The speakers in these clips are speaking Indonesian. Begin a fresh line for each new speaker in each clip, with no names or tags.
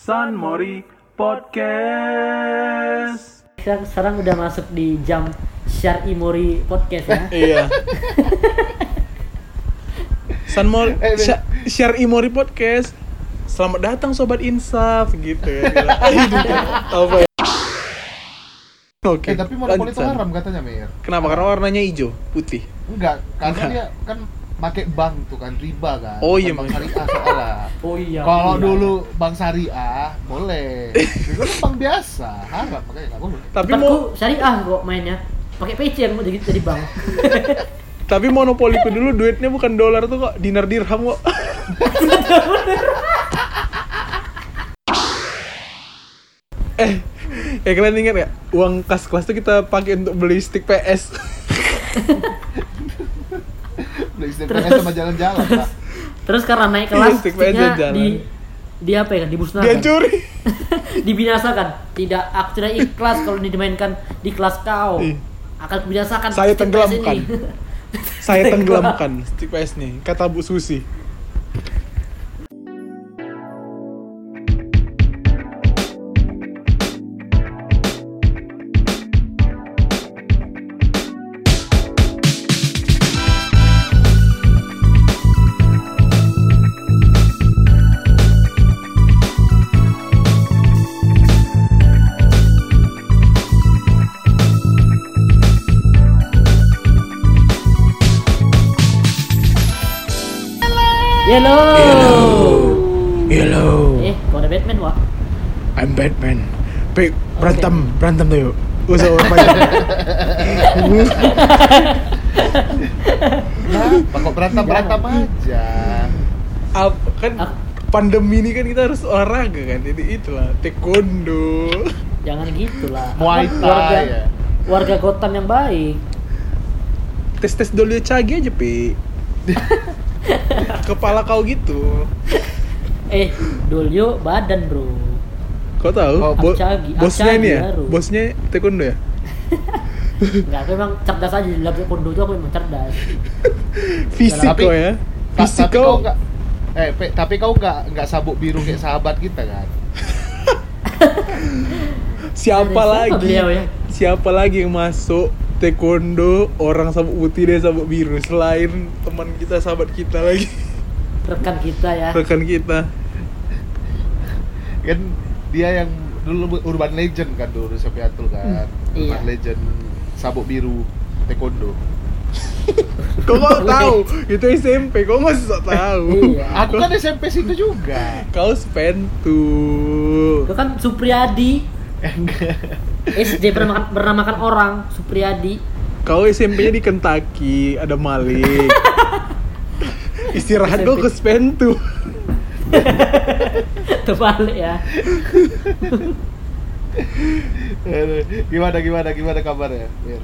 San Mori Podcast.
Kita sekarang udah masuk di jam Syar'i Mori podcast ya.
Iya. San Mori
Eh, Ben.
Sya- Syar'i Mori Podcast. Selamat datang sobat insaf gitu ya. Gila. Aduh, Apa ya? Oke.
Eh, tapi monopoli itu
lanjut, San.
haram katanya, Mir.
Kenapa? Karena warnanya hijau, putih.
Enggak, karena
Enggak.
dia kan pakai bank tuh kan, riba kan.
Oh, iya,
Bank
Mas.
syariah soalnya.
Oh iya.
Kalau
iya.
dulu bank syariah boleh. Dulu kan bank biasa, haram makanya enggak boleh.
Tapi
Tempatku
mau
syariah kok ah, mainnya. Pakai PC yang mau jadi jadi bank.
tapi monopoliku dulu duitnya bukan dolar tuh kok, dinar dirham kok. eh, eh kalian ingat nggak uang kas kelas tuh kita pakai untuk beli stick PS.
Udah
Terus.
istilahnya sama jalan-jalan lah.
Terus karena naik
Iya,
kelas
stick
sticknya
aja jalan.
di di apa ya? Dibusnahkan.
Dihancurin.
Dibinasakan. Tidak aku tidak ikhlas kalau dimainkan di kelas kau.
Iya.
Akan kubinasakan
Saya
stick PS ini.
tenggelamkan. Saya tenggelamkan stick PS nih, kata Bu Susi.
Yellow.
Hello,
Eh, kok ada Batman wah.
I'm Batman. Pe berantem, berantem tuh yuk. Gak usah orang banyak.
Nah, kok berantem-berantem
Ya.
aja.
Ap- kan
Ap-
pandemi ini kan kita harus olahraga kan. Jadi itulah taekwondo.
Jangan gitulah.
Muay
Abang
Thai
Warga,
ya.
warga Gotham yang baik.
Tes tes dulu cagi aja pi. Kepala kau gitu.
Eh, Dolio badan, Bro.
Kau tahu?
Oh,
Bo-
Apcagi,
bosnya
Apcagi
ini ya,
baru.
bosnya taekwondo ya.
Enggak, aku emang cerdas aja di lab kondo itu aku emang cerdas.
Fisik
Tapi-
kau ya.
Ta-
Fisik
tapi kau
kau.
enggak Eh, Pe, tapi kau enggak enggak sabuk biru kayak sahabat kita kan?
Siapa
Siapa
lagi?
beliau ya?
Siapa lagi yang masuk taekwondo orang sabuk putih dan sabuk biru selain teman kita sahabat kita lagi
Rekan kita ya.
rekan kita
kan dia yang dulu urban legend kan dulu Sofiatul kan
Hmm,
urban
iya.
legend sabuk biru taekwondo
kau kok tahu itu SMP kau masih sok tahu
Iya.
aku kan SMP situ juga
kau spentu
Itu kan Supriyadi.
Eh, Iya.
SD bernama, bernamakan orang Supriyadi.
Kau SMP-nya di Kentucky, ada Malik. Istirahat kau ke Spentu.
Terbalik ya.
gimana gimana gimana kabarnya Mir?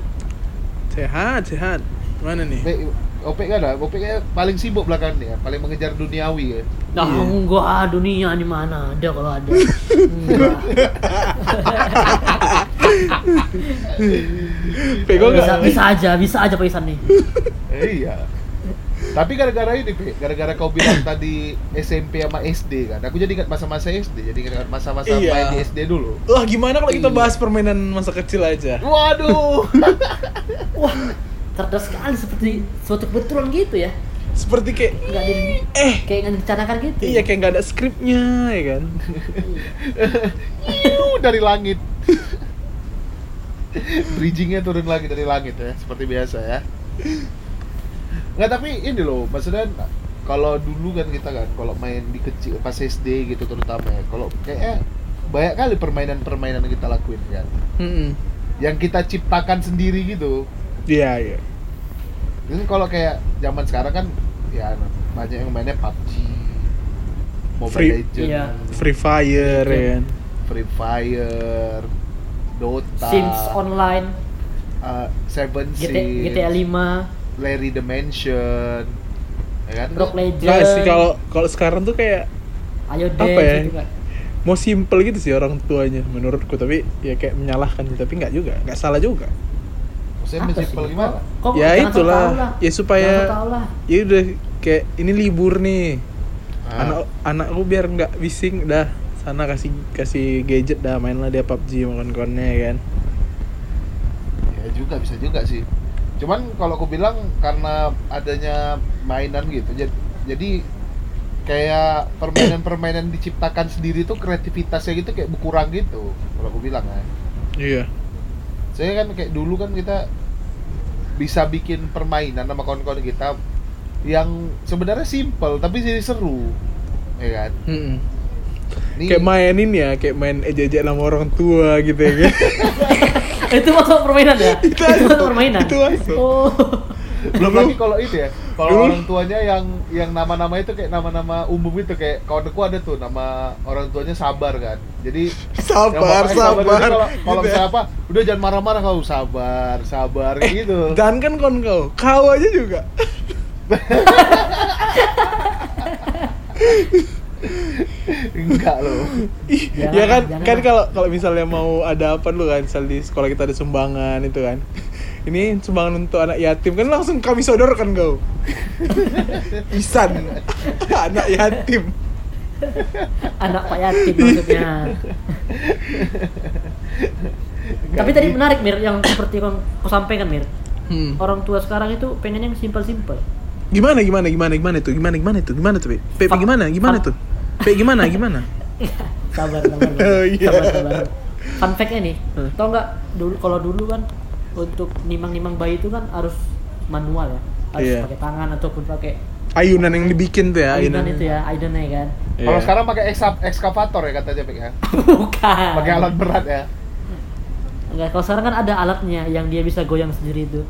Sehat, sehat. Mana nih?
Pe, Opek kan lah, Opek kan paling sibuk belakangan ya, paling mengejar duniawi ya.
Nah,
Iya.
enggak dunia di mana ada kalau ada. Enggak.
Pego
Bisa,
gak?
bisa aja, bisa aja Paisan nih.
Eh, iya. Tapi gara-gara ini, Pe, gara-gara kau bilang tadi SMP sama SD kan. Aku jadi ingat masa-masa SD, jadi ingat masa-masa
Iya.
main di SD dulu.
Lah gimana kalau kita bahas permainan masa kecil aja?
Waduh.
Wah, cerdas sekali seperti suatu kebetulan gitu ya.
Seperti kayak
Enggak di
eh
kayak enggak direncanakan gitu.
iya kayak nggak ada skripnya ya kan?
Iu, dari langit. Bridgingnya turun lagi dari langit ya, seperti biasa ya. Nggak tapi ini loh, maksudnya kalau dulu kan kita kan kalau main di kecil pas SD gitu terutama ya, kalau kayak banyak kali permainan-permainan yang kita lakuin kan,
Mm-mm.
yang kita ciptakan sendiri gitu.
Iya iya.
Ini kalau kayak zaman sekarang kan ya banyak yang mainnya PUBG, Mobile
Free-
Legends,
Iya.
Free Fire ya kan?
Free Fire, Dota,
Sims online,
uh, Seven Seas,
GTA, GTA 5,
Larry the Mansion, ya kan?
Rock Legend.
Nah sih kalau kalau sekarang tuh kayak
Ayo deh
Apa ya?
gitu kan.
mau simple gitu sih orang tuanya menurutku tapi ya kayak menyalahkan tapi nggak juga nggak salah juga
Maksudnya
Apa
mensimpel
sih?
gimana?
Kok
ya
jangan sok
itulah
tahu Oh, lah.
ya supaya
Jangan sok tahu lah.
ya udah kayak ini libur nih
Ah,
anak anakku biar nggak bising dah sana kasih kasih gadget dah mainlah dia PUBG sama kawan-kawannya ya kan.
ya juga bisa juga sih cuman kalau aku bilang karena adanya mainan gitu jadi, jadi kayak permainan-permainan diciptakan sendiri tuh kreativitasnya gitu kayak berkurang gitu kalau aku bilang ya
Iya.
saya kan kayak dulu kan kita bisa bikin permainan sama kawan-kawan kita yang sebenarnya simple tapi jadi seru ya kan
Mm-mm.
Ini-
Kayak mainin ya, kayak main ejek-ejek sama orang tua gitu ya kan.
itu masuk permainan ya? itu masuk permainan.
Itu masuk.
Oh.
belum
Dulu-
lagi kalau itu ya
dulu-
kalau orang tuanya yang yang nama-nama itu kayak nama-nama umum itu kayak kawanku ada tuh nama orang tuanya sabar kan jadi yang
Sabar,
bapaknya
sabar.
Jadi kalau- kalau
gitu ya.
misalnya apa udah jangan marah-marah kau sabar sabar gitu
Jangan kan kon kau, kau aja juga.
enggak loh
Ih,
Jangan,
ya kan,
jangan.
kan kalau kalau misalnya mau ada apa dulu kan, misal di sekolah kita ada sumbangan itu kan. Ini sumbangan untuk anak yatim kan langsung kami sodorkan kau. Isan, anak yatim.
Anak Pak Yatim maksudnya. Tapi tadi menarik Mir yang seperti yang kau sampaikan Mir.
Hmm.
Orang tua sekarang itu pengen yang simpel-simpel.
Gimana gimana gimana gimana itu? Gimana gimana itu? Gimana tuh, Pe? Pe, Pe,
Fa-
gimana? Gimana
fa-
tuh? Pe gimana? Gimana?
Sabar, sabar.
Oh, iya.
Sabar, sabar. Fun fact-nya nih,
Hmm.
tau nggak dulu kalau dulu kan untuk nimang-nimang bayi itu kan harus manual ya, harus
Iya.
pakai tangan ataupun pakai
Ayunan yang dibikin tuh ya,
ayunan itu ya, ayunan ya kan.
Iya.
kalau sekarang pakai eksa- ekskavator ya katanya Pik, ya
Bukan.
pakai alat berat ya
Enggak, kalau sekarang kan ada alatnya yang dia bisa goyang sendiri itu.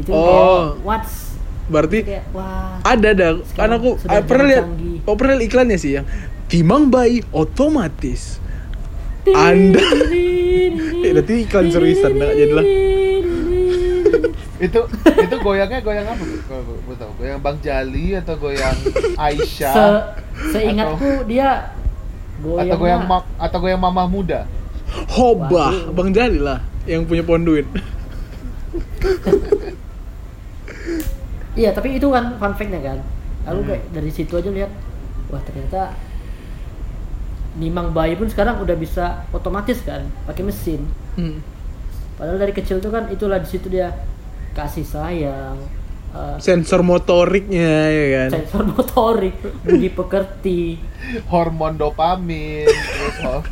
Itu
Oh.
kayak what's
berarti
kayak wah.
ada ada kan
Sekarang
aku
sudah
ah, pernah
zaman
lihat
canggih.
oh pernah lihat iklannya sih yang timang bayi otomatis Anda Eh, berarti iklan seru Isan, nggak jadilah.
itu itu goyangnya goyang apa Pik? kalau aku- aku tahu goyang Bang Jali atau goyang Aisyah
Se seingatku dia goyang
atau goyang mak atau goyang mamah muda
hoba
Waduh.
bang Jali lah yang punya pohon duit
Iya, tapi itu kan fun fact-nya kan. Lalu
Hmm.
kayak dari situ aja lihat, wah ternyata nimang bayi pun sekarang udah bisa otomatis kan, pakai mesin.
Hmm.
Padahal dari kecil tuh kan itulah di situ dia kasih sayang, eh,
sensor motoriknya ya kan
sensor motorik, budi pekerti.
hormon dopamin terus hor-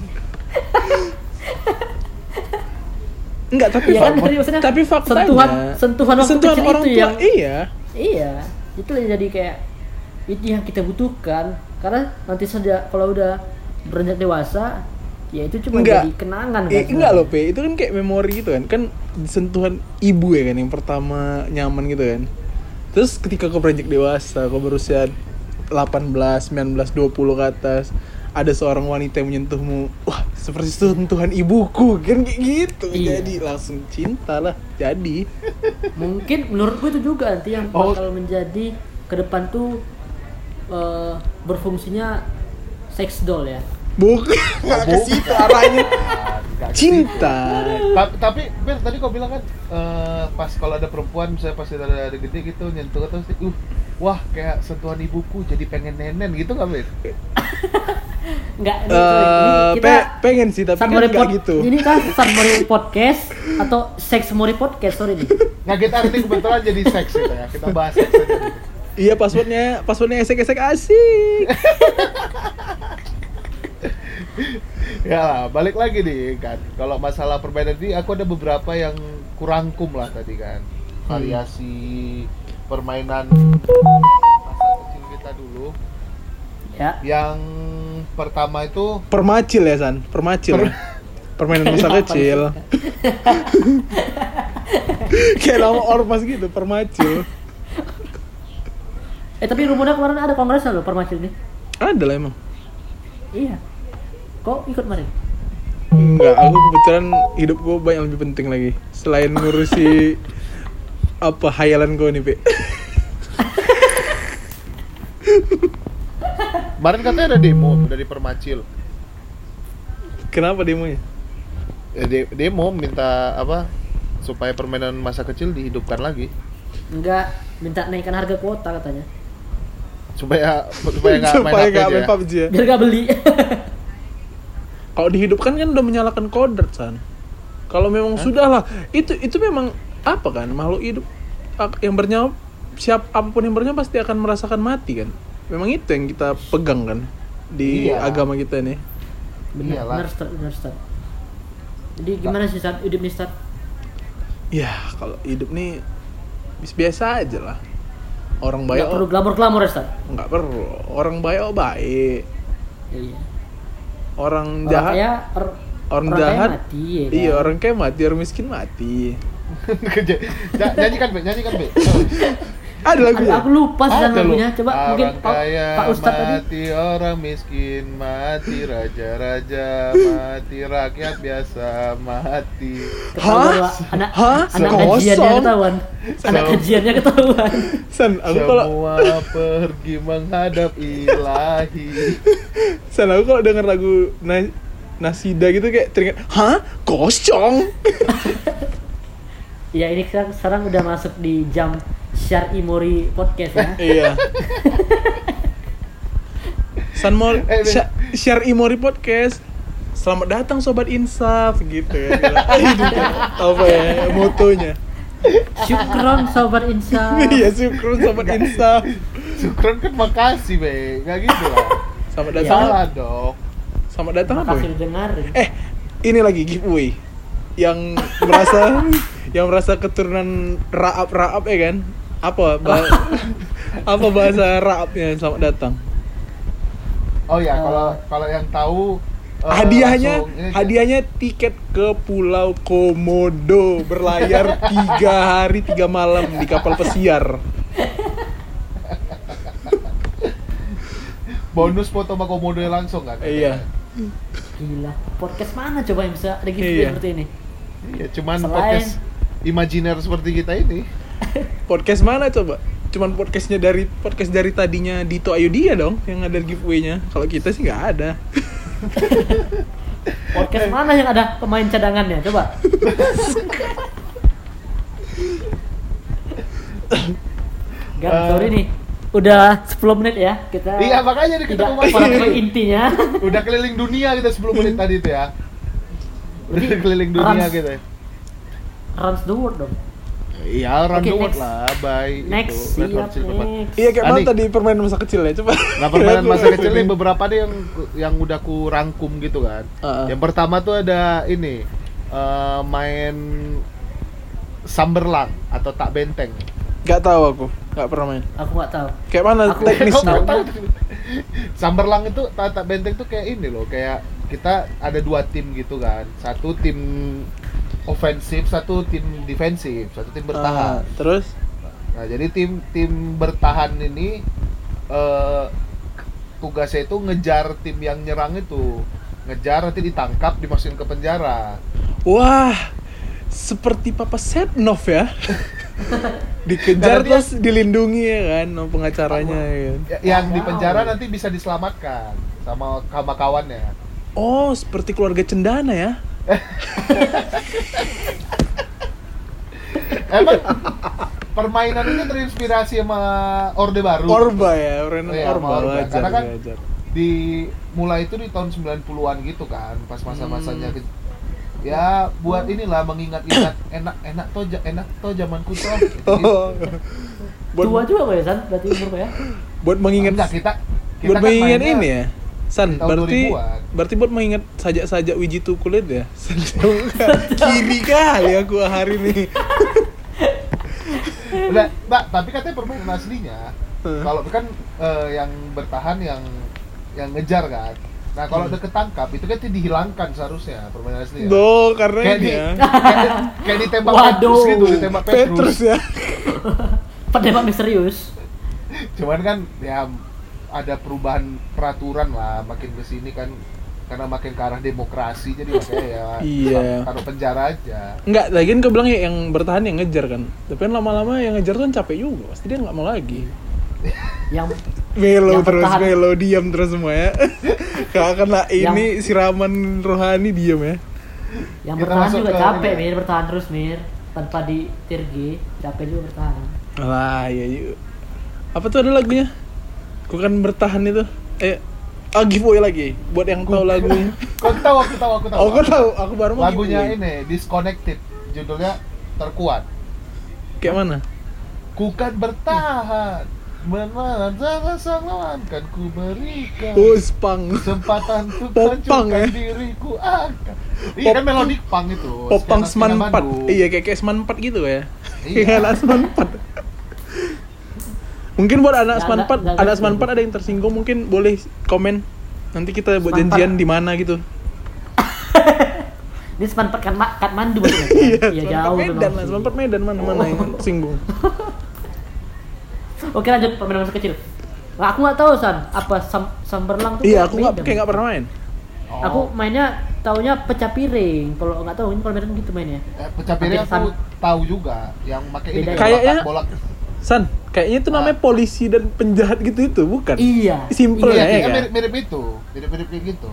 enggak tapi
Iya kan,
fak-
tadi maksudnya
tapi faktanya
sentuhan- sentuhan waktu
sentuhan
kecil
orang
itu
tua
yang-
iya
Iya, itu yang jadi kayak itu yang kita butuhkan karena nanti saja kalau udah beranjak dewasa ya itu cuma
Enggak.
jadi kenangan
Eh, enggak loh pe itu kan kayak memori gitu kan kan sentuhan ibu ya kan yang pertama nyaman gitu kan terus ketika kau beranjak dewasa kau berusia 18 19 20 ke atas ada seorang wanita yang menyentuhmu wah seperti sentuhan ibuku kan kayak gitu
Iya.
jadi langsung cinta lah jadi
mungkin menurut gue itu juga nanti yang
Oh.
bakal menjadi ke depan tuh eh, berfungsinya sex doll ya
Oh,
bukan nggak ke situ arahnya
Enggak ke
cinta
Ta- tapi Ber, tadi kau bilang kan eh, pas kalau ada perempuan misalnya pas ada, ada gede gitu nyentuh terus uh wah kayak sentuhan ibuku jadi pengen nenen gitu nggak Ber?
nggak ini,
Eh,
ini
pe- pengen sih tapi kan
Sunmori
nggak
Pod-
gitu
ini kan Sunmori podcast atau sex mori podcast sorry nih
Nah kita arti kebetulan jadi seks gitu ya kita bahas seks aja. dulu.
iya passwordnya passwordnya esek esek asik
ya lah, balik lagi nih kan kalau masalah perbedaan ini aku ada beberapa yang kurangkum lah tadi kan variasi permainan masa kecil kita dulu
ya
yang pertama itu
Permacil ya San, permacil. ya? Permainan masa kecil. Kayak lama ormas gitu, permacil.
eh tapi rumahnya kemarin ada kongresnya loh permacil nih
Ada lah emang.
iya kok ikut kemarin
Enggak, aku kebetulan hidup gue banyak yang lebih penting lagi. Selain ngurusi apa hayalan gue nih, Pe.
kemarin katanya ada demo dari permacil
Kenapa demonya?
Eh, de- demo minta apa supaya permainan masa kecil dihidupkan lagi
enggak minta naikkan harga kuota katanya
supaya supaya nggak main
Supaya
HP
nggak
aja
main
ya.
PUBG ya.
biar gak beli
Kalau dihidupkan kan udah menyalakan kodrat san. Kalau memang sudahlah itu itu memang apa kan makhluk hidup ak- yang bernyawa siap apapun yang bernyawa pasti akan merasakan mati kan. Memang itu yang kita pegang kan di
Iya.
agama kita nih.
bener
Iyalah.
bener start bener start jadi gimana sih saat hidup nih start
Ya kalau hidup nih bis- biasa aja lah. Orang baik oh.
nggak perlu glamor glamor ya start
nggak perlu. Orang baik oh baik.
iya
Orang
orang
jahat
kaya or-
orang,
kaya
jahat
mati ya kan?
iya orang kaya mati orang miskin mati
Kerja. Nah, nyanyikan be, nyanyikan be.
ada ya?
Aduh,
lagunya
aku lupa sih
Ada
lagunya
loh.
coba
orang
mungkin Pak,
kaya
Pak Ustadz
mati,
tadi
orang miskin mati, raja-raja mati, rakyat biasa mati.
ketahuan
Hah?
Wak. anak
Hah?
anak
Kosong.
kajiannya ketahuan anak
Kosong.
kajiannya ketahuan
san aku kalau
Semua pergi menghadap ilahi.
san aku kalau denger lagu na Nasida gitu kayak teringat hah kosong
ya ini sekarang, sekarang udah masuk di jam Syar Imori podcast ya
iya san mau
Eh,
Sya- share imori podcast selamat datang sobat insaf gitu ya gila. Aduh, apa ya motonya
syukron sobat insya
iya syukur sobat insaf
Syukron kan makasih be, nggak gitu lah.
selamat
Iya.
datang
Salah dong.
selamat datang apa ya?
makasih udah dengerin
Eh, ini lagi giveaway yang merasa yang merasa keturunan raap-raap ya kan? Apa ba- apa bahasa raapnya? Selamat datang.
Oh ya, kalau
Eh.
kalau yang tahu eh,
Hadiahnya
langsung ini aja.
hadiahnya tiket ke Pulau Komodo berlayar tiga hari tiga malam di kapal pesiar.
bonus foto sama komodo langsung kan?
Iya.
gila podcast mana coba yang bisa ada gitu
Iya.
seperti ini
Iya, cuman
Selain-
podcast imajiner seperti kita ini.
Podcast mana coba? Cuman podcastnya dari podcast dari tadinya Dito Ayu dia dong yang ada giveaway-nya. Kalau kita sih nggak ada.
podcast mana yang ada pemain cadangannya coba Gan,
Eh.
sorry nih udah 10 menit ya kita
Iya, makanya nih kita
tidak
mau
masuk ke
ngomong
intinya
Udah keliling dunia kita 10 menit tadi itu ya. Udah
Jadi,
keliling dunia
runs-
gitu ya.
runs the world dong
Iya, round
Oke,
the world
next.
lah, bye.
next
Red Hot
siap eh.
Chili Peppers.
next
Iya kayak
Ani.
mana tadi permainan masa kecil ya coba. Iya,
Nah, permainan masa kecil
ya.
ini beberapa deh yang yang udah ku rangkum gitu kan.
Heeh.
Yang pertama tuh ada ini eh, main samberlang atau tak benteng.
Gak tahu aku, gak pernah main.
aku nggak tahu
Kayak mana
Aku-
teknisnya?
Kau-
Tahu Samberlang itu tak tak benteng tuh kayak ini loh, kayak kita ada dua tim gitu kan. Satu tim ofensif, satu tim defensif, satu tim
Ah,
bertahan.
terus?
Nah, jadi tim tim bertahan ini eh tugasnya itu ngejar tim yang nyerang itu. Ngejar nanti ditangkap, dimasukin ke penjara.
Wah, seperti Papa Setnov ya. Dikejar
Karena dia-
terus dilindungi ya kan, sama pengacaranya ya kan.
Ya- yang
Wow.
di penjara nanti bisa diselamatkan sama sama kawannya.
Oh, seperti keluarga cendana ya.
Emang permainan ini terinspirasi sama Orde Baru.
Orba ya, Renan
Iya, sama
Orba,
Orba.
wajar,
Karena kan-
wajar.
di mulai itu di tahun 90-an gitu kan, pas masa-masanya ke- ya buat inilah mengingat-ingat enak enak toh ja- enak toh zamanku toh. Gitu.
Oh. buat,
tua juga kok ya san berarti umur kok ya
buat mengingat
Enggak, kita kita
buat
kan
mengingat
mainnya-
ini ya. San,
di tahun
berarti
2000-an.
berarti buat mengingat sajak-sajak wiji kulit ya. San, Kiri kali aku hari ini.
Udah, Mbak, tapi katanya permainan aslinya
Hmm.
kalau kan eh, yang bertahan yang yang ngejar kan. Nah, kalau
Hmm.
udah ketangkap itu kan dihilangkan seharusnya permainan aslinya.
Do, karena
Iya. Kayak
ini
di-
ya.
Kayak, di- kayak ditembak
Waduh.
Petrus gitu, ditembak Petrus.
Petrus ya.
penembak misterius
Cuman kan ya ada perubahan peraturan lah makin ke sini kan karena makin ke arah demokrasi jadi makanya ya
Iya.
taruh penjara aja.
Enggak, lagian kau bilang ya yang bertahan yang ngejar kan. Tapi kan lama-lama yang ngejar tuh kan capek juga, pasti dia nggak mau lagi.
yang
Melo
Yang
terus,
bertahan.
melo diam terus semua ya. Karena karena ini siraman rohani diam ya.
yang
Kita
bertahan
masuk
juga
ke
capek
ini.
mir bertahan terus mir tanpa di tirgi capek juga bertahan
iya, Alah, ya yuk. Apa tuh ada lagunya? Ku kan bertahan itu. Eh, ah giveaway lagi buat yang tahu lagunya.
Kau tahu, aku tahu, aku tahu.
Oh, gue tahu, aku baru mau
Lagunya
giveaway.
ini Disconnected, judulnya Terkuat.
Kayak mana?
Ku kan bertahan, menahan rasa sangawan kan ku berikan.
Oh, Spang.
Kesempatan untuk
Pop punk, ya?
hancurkan diriku angkat. Iya kan
Pop-
melodi punk itu.
Popang
skena- skena
Seman 4.
Oh, Bandung.
Iya, kayak kayak Seman 4 gitu ya.
Iya.
Iya, anak Seman 4. Mungkin buat anak
Nggak,
Seman 4,
nggak, nggak
anak
ngerti
Seman
gue.
4 ada yang tersinggung mungkin boleh komen. Nanti kita buat
Seman
janjian
4.
di mana gitu.
Ini Seman Pet kan Katmandu maksudnya. kan?
Seman
Iya,
4
jauh Oh. tuh
Medan lah,
langsung.
Seman 4 Medan mana-mana yang tersinggung.
Oke lanjut permainan masa kecil. Nah, aku nggak tahu San apa sam samberlang tuh.
Iya, aku nggak
Medan.
kayak nggak pernah main.
Oh,
Aku mainnya taunya pecah piring. Kalau nggak tahu ini kalau Medan gitu mainnya.
eh, pecah piring
Hampir
aku
sama.
tahu juga yang pakai ini
Beda.
Kayaknya-
bolak
San, kayaknya itu namanya polisi dan penjahat gitu itu, bukan?
Iya.
Simple
Ah. Iya,
ya, ya
iya,
kan?
mirip, mirip itu, mirip-mirip kayak gitu.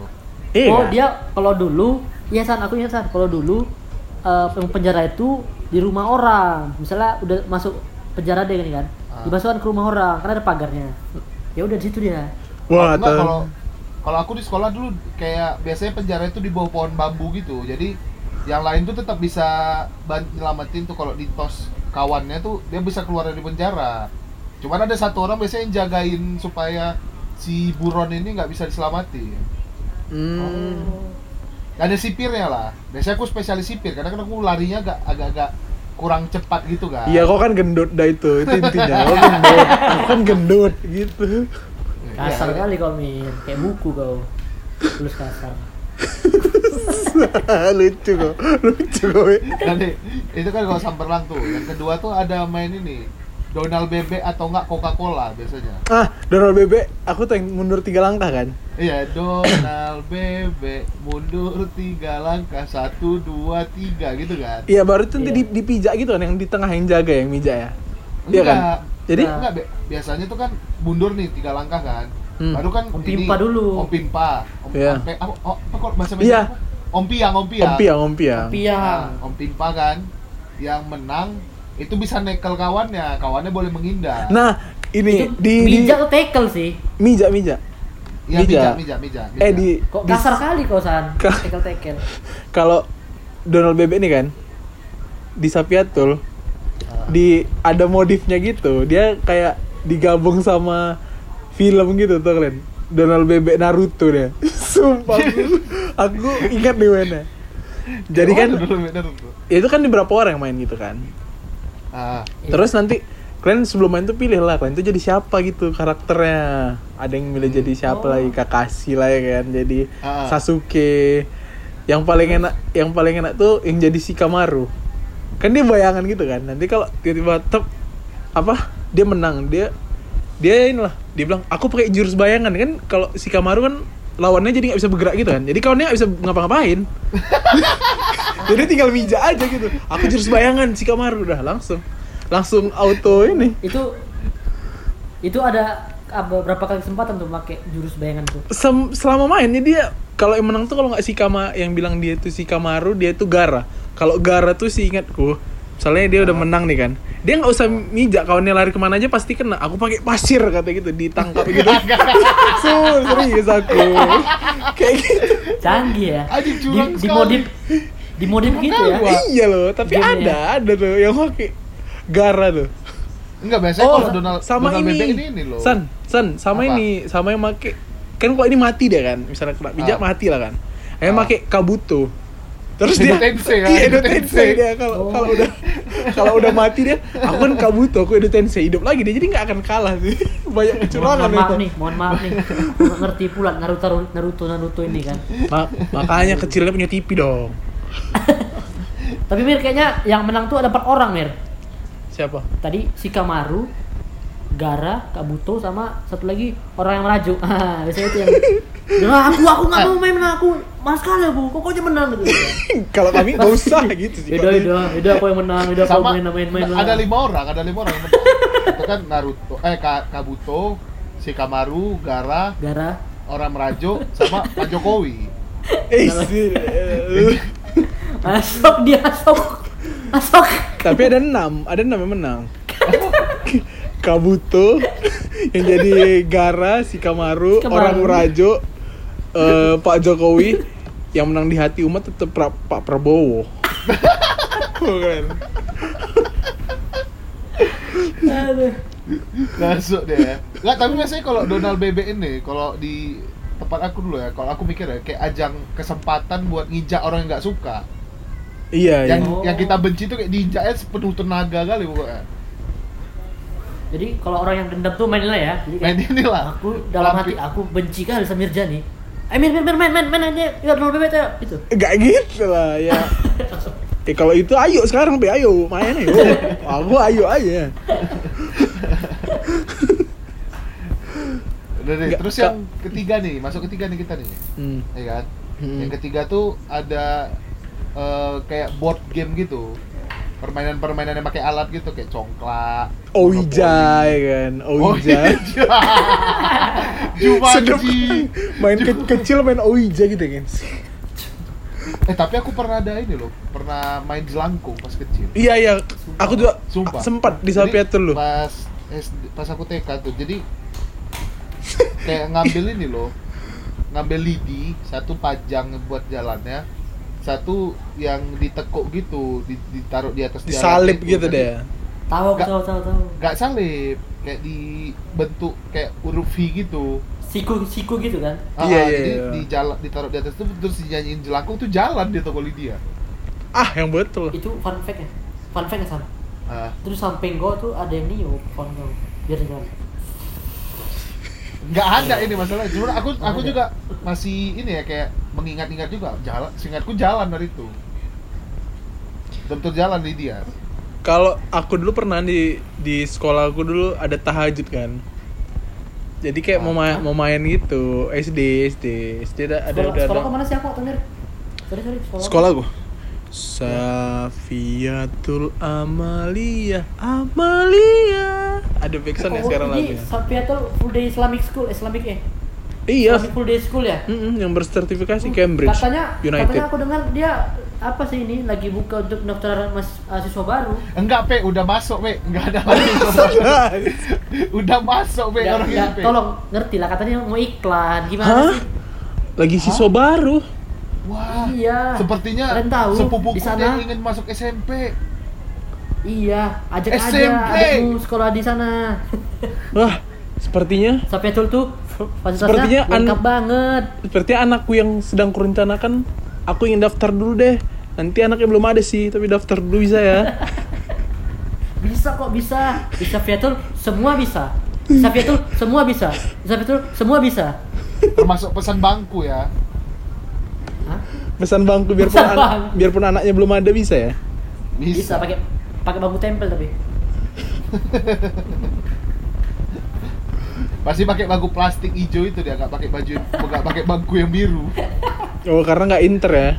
Iya.
Oh
kan?
dia kalau dulu, iya San aku ingat San kalau dulu eh, yang penjara itu di rumah orang. Misalnya udah masuk penjara deh kan, kan.
Ah.
Dimasukkan ke rumah orang karena ada pagarnya. Ya udah di situ dia.
Wah,
oh, Enggak,
Tan.
kalau kalau aku di sekolah dulu kayak biasanya penjara itu di bawah pohon bambu gitu. Jadi yang lain tuh tetap bisa ban- nyelamatin tuh kalau ditos kawannya tuh dia bisa keluar dari penjara. Cuman ada satu orang biasanya yang jagain supaya si buron ini nggak bisa diselamatin. Oh.
Hmm.
Gak ada sipirnya lah. Biasanya aku spesialis sipir karena kan aku larinya agak agak-agak kurang cepat gitu kan.
Iya, kau kan gendut dah itu, itu intinya. Kau gendut, aku kan gendut gitu.
Iya.
Kasar kali kau Min, kayak buku kau. Tulis kasar.
lucu kok, lucu kok. we.
Nanti itu kan kalau samperlang tuh. Yang kedua tuh ada main ini Donald bebek atau enggak Coca-Cola biasanya.
Ah, Donald Bebek, aku tuh yang mundur tiga langkah kan.
Iya, Donald bebek mundur tiga langkah satu dua tiga gitu kan?
Iya, baru tuh nanti
Iya.
di- dipijak gitu kan, yang di tengah yang jaga yang mijak ya. Iya kan?
Enggak.
Jadi?
Nah.
enggak Be. biasanya tuh kan mundur nih tiga langkah kan?
Hmm.
Baru kan
Om
ini,
Pimpa dulu.
Om Pimpa. Om
Iya.
Ampe- apa- oh, apa kok bahasa
Iya.
Medan apa? Om Piang, Om Piang.
Ompiang, ompiang.
Nah,
Piang.
Om Pimpa kan yang menang itu bisa nekel kawannya, kawannya boleh menghindar.
Nah, ini
Itu
di, di
bijak tuh tackle sih.
mijak mijak.
ya,
Bija.
mijak, mijak, mijak,
Eh
mijak.
di
Kok
di-
kasar kali kau San?
Ka-
Tackle tackle.
kalau Donald Bebek nih kan di Sapiatul di ada modifnya gitu. Dia kayak digabung sama film gitu tuh kalian. Donald Bebek Naruto dia. Sumpah aku, aku ingat di mana. Jadi
Oh,
kan
dulu, dulu, dulu.
ya itu kan di berapa orang yang main gitu kan.
Ah,
Iya.
Terus nanti kalian sebelum main tuh pilih lah kalian tuh jadi siapa gitu karakternya. Ada yang milih jadi siapa
Oh.
lagi Kakashi lah ya kan. Jadi
Ah.
Sasuke. Yang paling enak yang paling enak tuh yang jadi Shikamaru. Kan dia bayangan gitu kan. Nanti kalau tiba-tiba tep apa dia menang dia dia inilah dia bilang aku pakai jurus bayangan kan kalau Shikamaru kan lawannya jadi nggak bisa bergerak gitu kan jadi kawannya nggak bisa ngapa-ngapain jadi tinggal mijak aja gitu aku jurus bayangan si Kamaru udah langsung langsung auto ini
Itu itu ada ah, beberapa kali kesempatan tuh pakai jurus bayangan tuh.
Sem- selama mainnya dia kalau yang menang tuh kalau nggak si Kama yang bilang dia tuh si Kamaru dia tuh Gara kalau Gara tuh sih ingatku misalnya dia
Ah.
udah menang nih kan dia nggak usah mijak kawannya lari kemana aja pasti kena aku pakai pasir kata gitu ditangkap gitu so, serius aku kayak gitu
Canggih ya.
Aduh,
di,
curang sekali.
dimodif dimodif gitu ya.
Wah.
iya loh tapi
Gini ya.
ada ada tuh yang pakai Gara tuh
enggak biasanya
Oh,
kalau Donald
sama
Donald
ini.
bebek ini, ini loh.
San, San, sama
Apa?
ini, sama yang make kan kalau ini mati dia kan, misalnya kena pijak
Ah.
mati lah kan. Eh
Ah.
make kabuto. Terus dia
Edo Tensei kan,
Iya,
Edo
Edo Tensei
Tensei.
dia kalau
Oh.
kalau udah kalau udah mati dia, aku kan kabuto, aku Edo Tensei hidup lagi dia jadi nggak akan kalah sih. Banyak
Mohon
kecurangan
maaf
itu.
nih, mohon maaf nih. Nggak ngerti pula Naruto Naruto Naruto ini kan.
Ma- makanya kecilnya punya TV dong.
Tapi Mir kayaknya yang menang tuh ada 4 orang Mir.
Siapa?
Tadi Shikamaru, Gara, Kabuto sama satu lagi orang yang merajuk. Ah, Biasanya itu yang Nah, aku aku nggak mau main menang aku. Mas kali aku, kok aja menang gitu.
kalau kami nggak usah gitu sih.
Udah, udah, udah aku yang menang, udah aku
sama
main main main lah.
ada lima orang ada lima orang yang menang. itu kan Naruto eh Ka- Kabuto Shikamaru Gara
Gara,
orang Merajo sama Pak Jokowi
Eh, sih, eh,
asok dia asok. Asok.
Tapi ada enam, ada enam yang menang. Kabuto yang jadi Gara, Shikamaru,
Shikamaru.
orang Urajo, eh, Pak Jokowi yang menang di hati umat tetap pra- Pak Prabowo. Keren.
Aduh.
Masuk deh ya. Nggak, tapi biasanya kalau Donald BB ini, kalau di tempat aku dulu ya, kalau aku mikir ya, kayak ajang kesempatan buat ngijak orang yang nggak suka.
Iya, iya.
Yang
Oh.
yang kita benci tuh kayak diinjaknya sepenuh tenaga kali pokoknya.
Jadi kalau orang yang dendam tuh main lah ya. Jadi kayak,
Main ini lah.
aku dalam hati
Lampi-
aku benci kali sama Eh, Mirjani. Ayo main main main main main main aja. Ya dulu bebet ayo gitu.
Gak gitu lah ya. Eh kalau itu ayo sekarang be ayo main ayo. Aku ayo aja.
Udah deh,
Nggak,
terus
Kak.
yang ketiga nih, masuk ketiga nih kita nih.
Hmm.
Ya kan?
Hmm.
Yang ketiga tuh ada eh, kayak board game gitu. Permainan-permainan yang pakai alat gitu kayak congklak.
Oh,
Oh, iya,
Owijay kan, Owijay.
Cuma
Sedep main ke- kecil main Owijay gitu kan.
Eh tapi aku pernah ada ini loh, pernah main jelangkung pas kecil.
Iya iya, aku juga
Sumpah.
sempat di
Jadi,
Salpiatur loh.
Pas SD pas aku TK tuh. Jadi kayak ngambil ini loh. Ngambil lidi, satu panjang buat jalannya, satu yang ditekuk gitu, di- ditaruh di atas jalan
Disalip
itu.
gitu
Jadi,
deh.
Tahu aku
Nggak-
tahu tahu tahu.
Nggak salip, kayak dibentuk kayak huruf V gitu.
Siku siku gitu kan.
Ah,
Iya, iya,
jadi
iya.
di jalan ditaruh di atas itu terus dinyanyiin jelangkung tuh jalan dia toko ya. Lydia.
Ah, yang betul.
Itu fun fact ya. Fun fact ya sama.
Ah,
Terus samping gua tuh ada yang niup kondom. Biar dia jalan.
nggak ada ini masalah cuma aku
Nggak
aku
ada.
juga masih ini ya kayak mengingat-ingat juga jalan singkatku jalan dari itu betul jalan di dia
Kalau aku dulu pernah di di sekolah aku dulu ada tahajud kan. Jadi kayak mau main mau main gitu SD SD SD ada ada
Sekolah,
ada-
sekolah
ada-
kau mana sih aku atau Mir? Sorry sorry sekolah.
sekolah gua Safiatul Amalia Amalia ada backsound ya
Oh,
sekarang
ini
lagunya
Sapiatul full day Islamic school, Islamic eh.
iya
Islamic full day school ya.
Mm-mm, yang bersertifikasi Cambridge
Katanya, katanya
United
aku dengar dia apa sih ini lagi buka untuk pendaftaran mas uh, siswa baru.
enggak pe udah masuk pe enggak ada lagi udah masuk pe
Ya,
orang
ya,
ini pe
tolong ngerti lah katanya mau iklan
Hah?
gimana sih?
lagi siswa baru
wah
Iya.
sepertinya
Kalian tahu,
sepupuku
di sana-
dia ingin masuk SMP
Iya, ajak aja
SMP.
adikmu sekolah di sana.
wah sepertinya
Sapiatul tuh
Sepertinya
fasilitasnya
an-
lengkap banget.
sepertinya anakku yang sedang kurencanakan aku ingin daftar dulu deh nanti anaknya belum ada sih tapi daftar dulu bisa ya
Bisa kok bisa. Bisa Fiatul semua bisa. Bisa Fiatul semua bisa. Bisa Fiatul semua bisa.
termasuk pesan bangku ya
Hah?
pesan bangku biarpun
Pesan
anak-
bangku.
biarpun anaknya belum ada bisa ya
Bisa
bisa,
pakai pakai bambu tempel tapi.
pasti pakai bangku plastik hijau itu dia nggak pakai baju nggak pakai bangku yang biru
oh karena nggak inter ya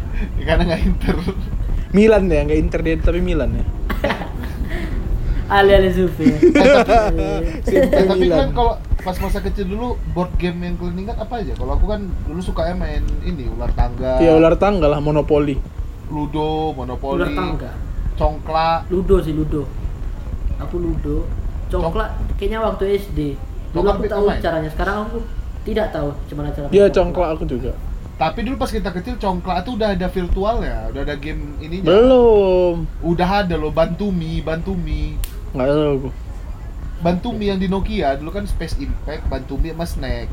karena nggak inter
Milan ya nggak inter dia tapi Milan ya
Ale-ale Zulfi.
Simple
Eh, tapi
Milan.
kan kalau pas masa kecil dulu board game yang kalian ingat apa aja? Kalau aku kan dulu suka main ini ular tangga,
Ya ular tangga lah monopoli.
ludo,
Ular
monopoli,
tangga.
congklak.
Ludo sih Ludo. Aku Ludo. Coklat kayaknya waktu SD. Dulu
Coklat
aku
bit
tahu
online.
caranya. Sekarang aku tidak tahu gimana cara.
Dia
main
congklak aku juga.
Tapi dulu pas kita kecil congklak tuh udah ada virtualnya, udah ada game ininya.
Belum.
Udah ada loh Bantumi, Bantumi.
Nggak tahu aku.
Bantumi yang di Nokia dulu kan Space Impact, Bantumi sama Snack.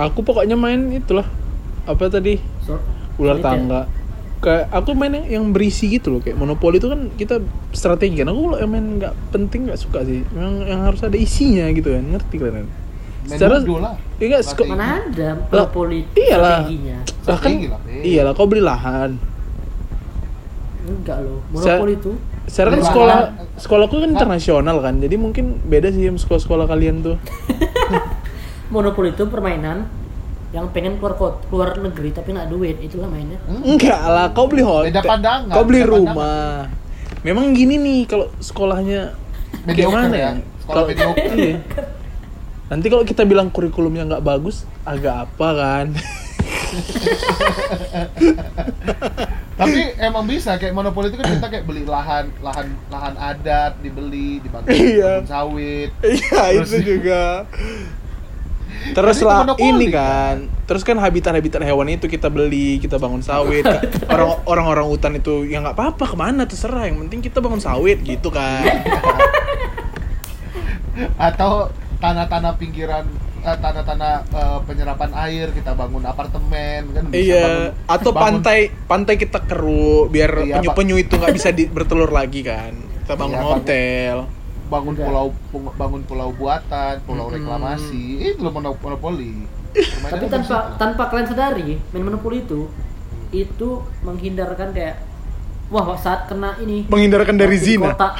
Aku pokoknya main itulah. Apa tadi?
So-
Ular
solitaire.
Gitu.
tangga. Kayak aku main yang, yang berisi gitu loh kayak monopoli itu kan kita strategi kan. Aku kalau yang main nggak penting nggak suka sih. Yang yang harus ada isinya gitu kan. Ngerti kalian?
Main
Secara-
ludo lah.
Iya nggak? Sko-
Strategi.
Mana ada monopoli
iyalah.
strateginya?
lah kan
Strategi lah, eh. Pe.
iyalah kau beli lahan.
Enggak loh.
Saya-
Monopoli itu
Secara kan
Beli
sekolah
lahan.
sekolahku kan
Hah?
internasional kan. Jadi mungkin beda sih sama sekolah-sekolah kalian tuh.
monopoli itu permainan yang pengen keluar kot, keluar negeri tapi nggak duit itulah mainnya
Enggak lah, kau beli hotel.
Beda pandangan,
Kau beli
beda
rumah. Memang gini nih kalau sekolahnya
Mediocre
gimana
ya?
ya?
Sekolah mediocre.
iya. Nanti kalau kita bilang kurikulumnya nggak bagus, agak apa kan?
Tapi emang bisa kayak monopoli itu kan kita kayak beli lahan, lahan, lahan adat dibeli, dibangun
Iya.
kebun sawit.
Iya
Terus-
juga. Terus
Jadi itu
lah
monopoli,
ini kan, terus kan habitat-habitat hewan itu kita beli, kita bangun sawit. Orang- Orang-orang hutan itu ya nggak apa-apa kemana terserah, yang penting kita bangun sawit gitu kan.
atau tanah-tanah pinggiran eh, tanah-tanah eh, penyerapan air kita bangun apartemen kan bisa
Iya.
bangun-
Atau
bangun-
pantai pantai kita keruh biar
Iya, Pak.
penyu-penyu itu nggak bisa di- bertelur lagi kan. Kita bangun
Iya, Pak.
hotel.
bangun
Enggak.
pulau pung- bangun pulau buatan pulau
Mm-mm.
reklamasi itu loh mono- monopoli
Tapi tanpa tanpa kalian sadari, main monopoli itu itu menghindarkan kayak wah saat kena ini
Menghindarkan dari
waktu di
zina.
Kota,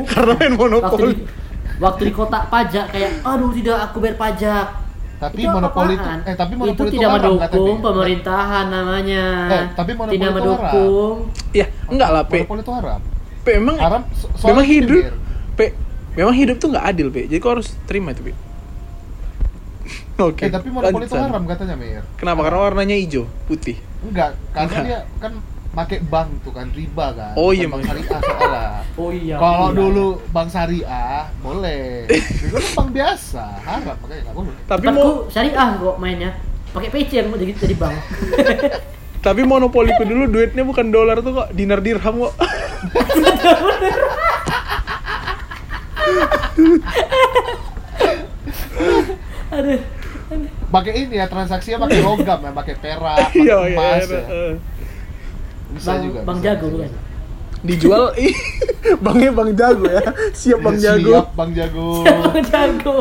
Bukan.
Karena main monopoli.
Waktu di, waktu di kota pajak kayak aduh tidak aku bayar pajak.
tapi
Itu
monopoli itu
apa-apaan?
eh tapi monopoli
itu tidak
haram,
mendukung
katanya.
pemerintahan namanya.
Eh, tapi monopoli
tidak
itu
mendukung.
Ya enggak lah pe.
monopoli itu haram
Pe memang
haram so- soalnya
memang
gini,
hidup
Mir. Eh,
pe memang hidup tuh nggak adil pe. Jadi kau harus terima itu pe. Oke.
eh tapi monopoli itu
lanjutan.
haram katanya Mir
Kenapa? Karena warnanya hijau, putih.
enggak karena
Enggak.
dia kan pakai bank tuh kan riba kan
Oh,
Bukan
iya,
bank
Mir.
syariah soalnya
Oh iya.
Kalau
iya.
dulu bank syariah boleh. Dulu kan bank biasa, haram makanya nggak boleh.
Tapi
Tempatku
mau
syariah kok mainnya. Pakai PC yang jadi jadi bank.
tapi monopoliku dulu duitnya bukan dolar tuh kok, dinar dirham kok.
Aduh.
Pakai ini ya transaksinya pakai logam ya, pakai perak, pakai
Iya, iya.
emas
iya,
ya.
iya.
Bisa
Bang,
juga.
bang
bisa,
jago
bisa,
bukan?
bisa.
Dijual ih, bangnya bang jago ya. Siap bang jago.
Iya, Siap bang jago.
Bang jago.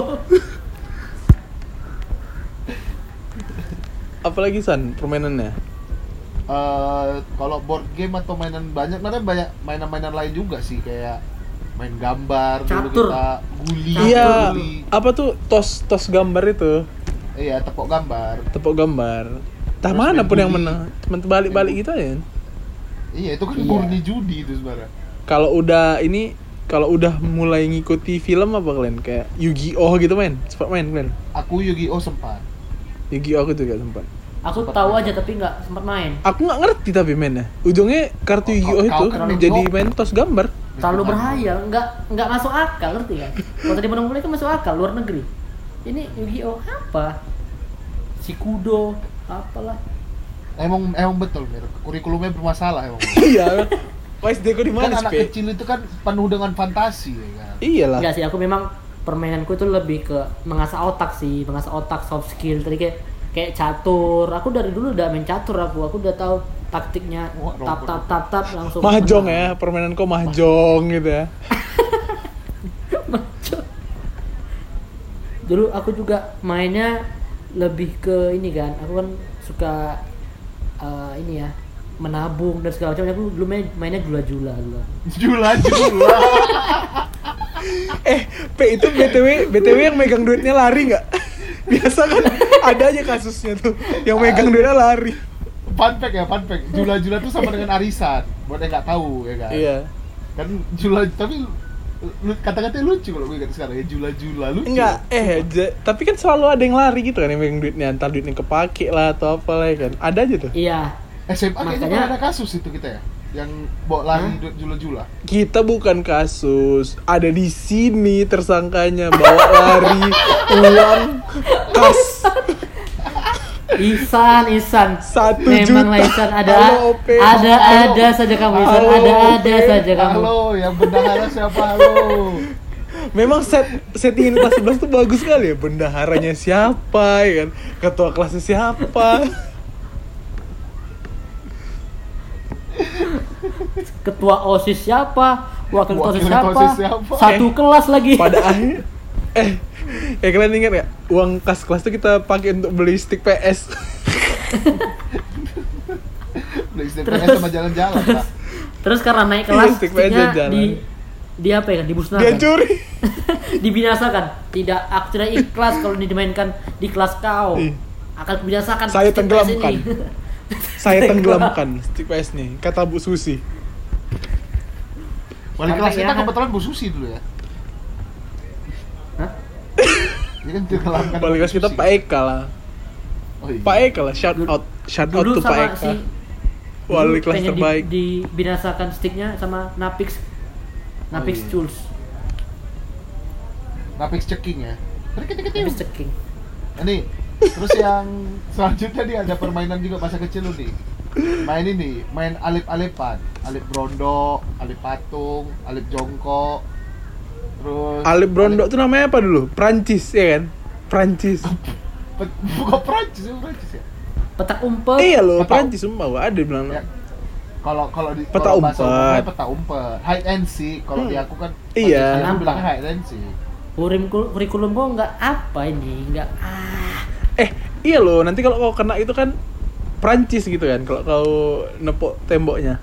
Apalagi San permainannya?
Eh, kalau board game atau mainan banyak, karena banyak mainan-mainan lain juga sih kayak main gambar
Catur.
dulu kita guli
Iya,
guli.
apa tuh tos tos gambar itu,
iya tepok gambar
tepuk gambar. Entah
Terus
mana
main
pun yang
judi.
menang, cuma balik-balik gitu aja.
iya itu kan
Iya.
murni judi itu sebenarnya
Kalau udah ini kalau udah mulai ngikuti film apa kalian kayak Yu-Gi-Oh gitu main, sempat main kalian.
aku Yu-Gi-Oh sempat
Yu-Gi-Oh aku juga sempat.
Aku tahu aja tapi nggak sempat main.
Aku nggak ngerti tapi mainnya. Ujungnya kartu
Oh, Kau-
Yu-Gi-Oh
kau-
itu
kau terlalu
jadi
goblok.
main tos gambar.
terlalu berhayal nggak nggak masuk akal ngerti kan kalau tadi monopoli kan masuk akal luar negeri ini Yu-Gi-Oh apa Sikudo apalah
emang emang betul Mir kurikulumnya bermasalah emang
Iya. Wais deko di
kan
mana sih?
anak
Pe?
kecil itu kan penuh dengan fantasi ya kan
Iyalah.
nggak sih aku memang permainanku itu lebih ke mengasah otak sih mengasah otak soft skill tadi kayak kayak catur aku dari dulu udah main catur aku aku udah tahu taktiknya
Wah,
tap
robot.
tap tap tap langsung
Mahjong
menang.
ya, permainan kok mahjong gitu ya.
dulu aku juga mainnya lebih ke ini kan aku kan suka eh, ini ya menabung dan segala macam aku dulu main, mainnya jula-jula dulu
jula jula
Eh, P itu BTW BTW yang megang duitnya lari nggak? Biasa kan ada aja kasusnya tuh yang megang duitnya lari.
fun fact ya fun fact jula jula tuh sama dengan arisan buat yang nggak tahu ya kan
Iya.
kan jula tapi lu- kata-katanya lucu kalau gue ingat sekarang ya jula jula lucu
Enggak, eh ja- tapi kan selalu ada yang lari gitu kan yang megang duitnya, entar duitnya kepake lah atau apa lah ya kan. Ada aja tuh.
iya
SMA kayaknya
Makanya-
pernah ada kasus itu kita ya yang bawa lari jula jula
Kita bukan kasus, ada di sini tersangkanya bawa lari uang kas
Isan Isan
Satu
memanglah
juta.
Isan ada
Halo, OP.
ada
Halo.
ada saja kamu Isan
Halo,
ada ada
OP.
saja kamu
halo yang bendahara siapa halo
Memang set settingan kelas 11 tuh bagus sekali ya. Bendaharanya siapa ya kan? Ketua kelasnya siapa?
ketua osis siapa wakil ketua
Wakil
osis
ketua
siapa?
OSIS siapa?
satu kelas lagi
Eh. Pada akhir eh ya kalian ingat ya uang kas kelas tuh kita pakai untuk beli stick PS.
PlayStation
Terus.
sama jalan-jalan Pak.
terus karena naik
Iya,
kelas
stick meja
sticknya
jalan.
di di apa ya dibusnahkan
Dia curi.
dibinasakan tidak aku tidak ikhlas kalau dimainkan di kelas kau
Ih.
akan kubinasakan
Iya. Saya
stick
tenggelamkan.
PS ini.
Saya tenggelamkan stick PS nih, kata Bu Susi.
wali kelas
Sampai
kita
ya.
kebetulan Bu Susi dulu ya
Hah?
Dia kan tenggelamkan
Balik kelas
Bu
kita
Susi.
Pak Eka lah.
Oh, iya.
Pak E Eka lah, shout out. Shout out
dulu
tuh Pak
sama
Eka.
si dulu
Wali kelas
pengen di-
terbaik.
dibinasakan sticknya sama Napix Napix
Oh, iya.
Tools
Napix ceking ya. Terus kita
Napix ceking
Ini terus yang selanjutnya nih ada permainan juga masa kecil lu nih. Main ini, main alip-alipan, alip brondok, alip patung, alip jongkok. Terus
Alip Brondok tuh namanya apa dulu? Prancis ya kan? Prancis.
Pe- Bukan Prancis, itu Prancis ya.
Petak umpet.
Eh, iya loh,
Peta-
Prancis sumpah gua ada bilang.
Ya. Kalau kalau di
Peta
kalau bahasa
umpet.
umumnya peta umpet, hide and seek. Kalau
Hmm.
di aku kan
Iya.
Pancasila aku bilang hide and seek.
Kurim kurikulum gua nggak apa ini, nggak ah.
Eh, iya loh, nanti kalau kau kena itu kan Prancis gitu kan kalau kau nepok temboknya.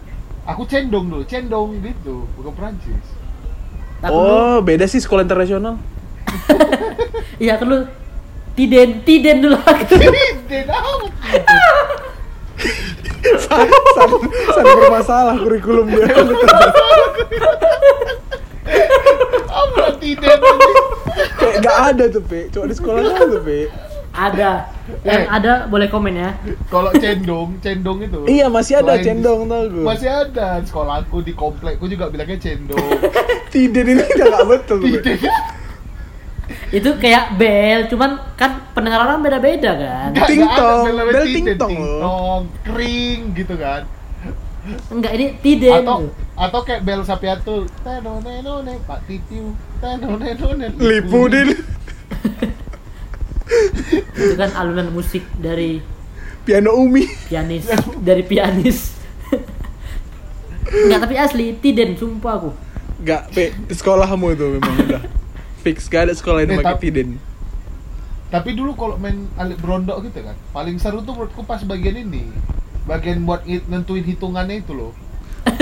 Aku cendong dulu, cendong gitu, bukan Prancis.
Aku dulu-
oh, beda sih sekolah internasional.
iya aku dulu tiden tiden dulu aku.
Tidak apa
Sangat bermasalah kurikulum dia.
apa tidak ini?
Kayak gak ada tuh, Pe. Cuma di sekolah doang tuh, Pe.
ada yang
Eh.
ada boleh komen ya.
Kalau cendong, cendong itu.
Iya, masih ada
selain di-
cendong tau gue.
Masih ada sekolahku di komplekku juga bilangnya cendong.
Tidak ini udah gak betul tuh, Pe.
Tidak.
Itu kayak bel, cuman kan pendengar orang beda-beda kan.
Nggak-
Ting
nggak ada
tong,
namanya
bel
tidak,
ting tong loh.
tong, kering gitu kan.
Enggak ini
Iya,
tiden.
Atau atau kayak bel sapiatu, tenonenone, Pak Titiu, tenonenone.
Lipudin
Itu kan alunan musik dari
piano Umi.
pianis dari pianis. Enggak tapi asli tiden sumpah aku.
Gak, Pe. Di sekolahmu itu memang udah fix gak ada sekolah yang
Eh,
pakai
tapi-
tiden.
Tapi dulu kalau main alik brondok gitu kan, paling seru tuh menurutku pas bagian ini. Bagian buat ngit- nentuin hitungannya itu loh.